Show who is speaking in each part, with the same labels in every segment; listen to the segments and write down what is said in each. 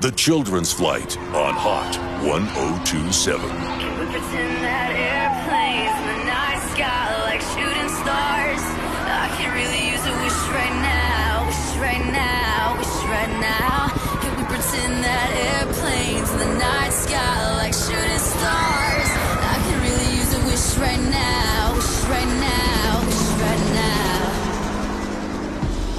Speaker 1: The Children's Flight on Hot 1027.
Speaker 2: Pretend that airplanes in the night sky like shooting stars. I could really use a wish right now, wish right now, wish right now. Can we pretend that airplanes in the night sky like shooting stars? I could really use a wish right now, wish right now, wish right now.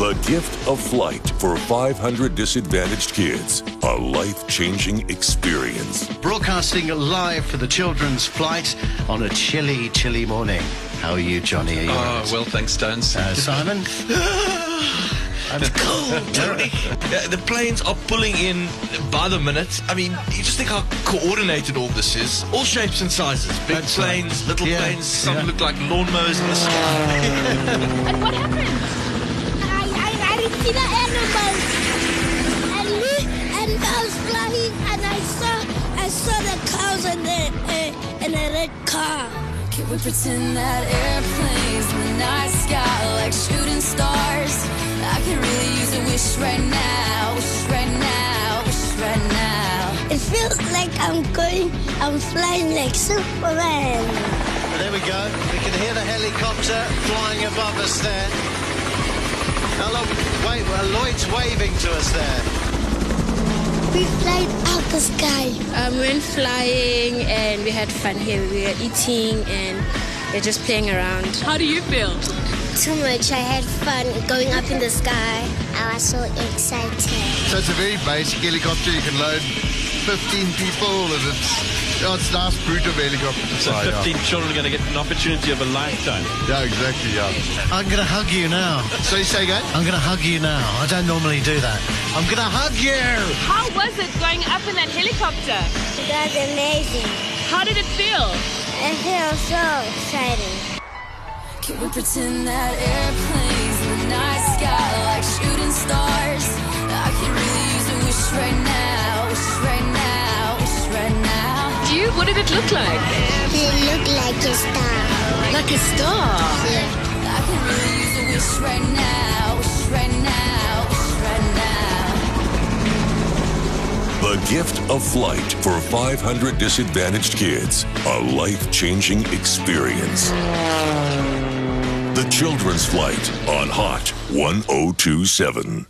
Speaker 1: The Gift of Flight for 500 disadvantaged kids. A life changing experience.
Speaker 3: Broadcasting live for the children's flight on a chilly, chilly morning. How are you, Johnny? Are you
Speaker 4: Uh,
Speaker 3: all
Speaker 5: Oh,
Speaker 3: right?
Speaker 5: well, thanks, Stones.
Speaker 3: uh, Simon?
Speaker 6: It's cold, Tony. Uh, the planes are pulling in by the minute. I mean, you just think how coordinated all this is. All shapes and sizes. Big
Speaker 3: That's right.
Speaker 6: planes, little
Speaker 3: Yeah,
Speaker 6: planes, some
Speaker 3: yeah.
Speaker 6: look like lawnmowers in the sky.
Speaker 7: And what happened? I, I, I didn't see the animals. And me and I was flying and I saw I saw the cows and the uh, and the red car.
Speaker 2: Can we pretend that airplanes in the night sky like shooting stars? I could really use a wish right now, wish right now, wish right now.
Speaker 7: It feels like I'm going I'm flying like Superman.
Speaker 3: Well, there we go. We can hear the helicopter flying above us there. Hello, wait, well, Lloyd's waving to us there.
Speaker 7: We fly out the sky.
Speaker 8: Um, we went flying and we had fun here. We were eating and we were just playing around.
Speaker 9: How do you feel?
Speaker 7: Too much. I had fun going up in the sky. I was so excited.
Speaker 4: So it's a very basic helicopter. You can load 15 people, and it's oh, it's a nice brute of helicopter.
Speaker 6: So
Speaker 4: Oh, yeah.
Speaker 6: 15 children are going to get an opportunity of a lifetime.
Speaker 4: yeah, exactly. Yeah.
Speaker 3: I'm going to hug you now.
Speaker 4: So you say again?
Speaker 3: I'm going to hug you now. I don't normally do that. I'm going to hug you.
Speaker 9: How was it going up in that helicopter?
Speaker 7: It was amazing.
Speaker 9: How did it feel?
Speaker 7: I feel so excited.
Speaker 2: Can we pretend that airplanes in the night sky like shooting stars? I could really use a wish right now, wish right now, wish right now.
Speaker 9: Do you? What did it look like?
Speaker 7: You look like a star.
Speaker 9: Like a star.
Speaker 2: I could really use a wish right now, wish right now, wish right now.
Speaker 1: The Gift of Flight for 500 disadvantaged kids. A life changing experience. oh The Children's Flight on Hot 1027.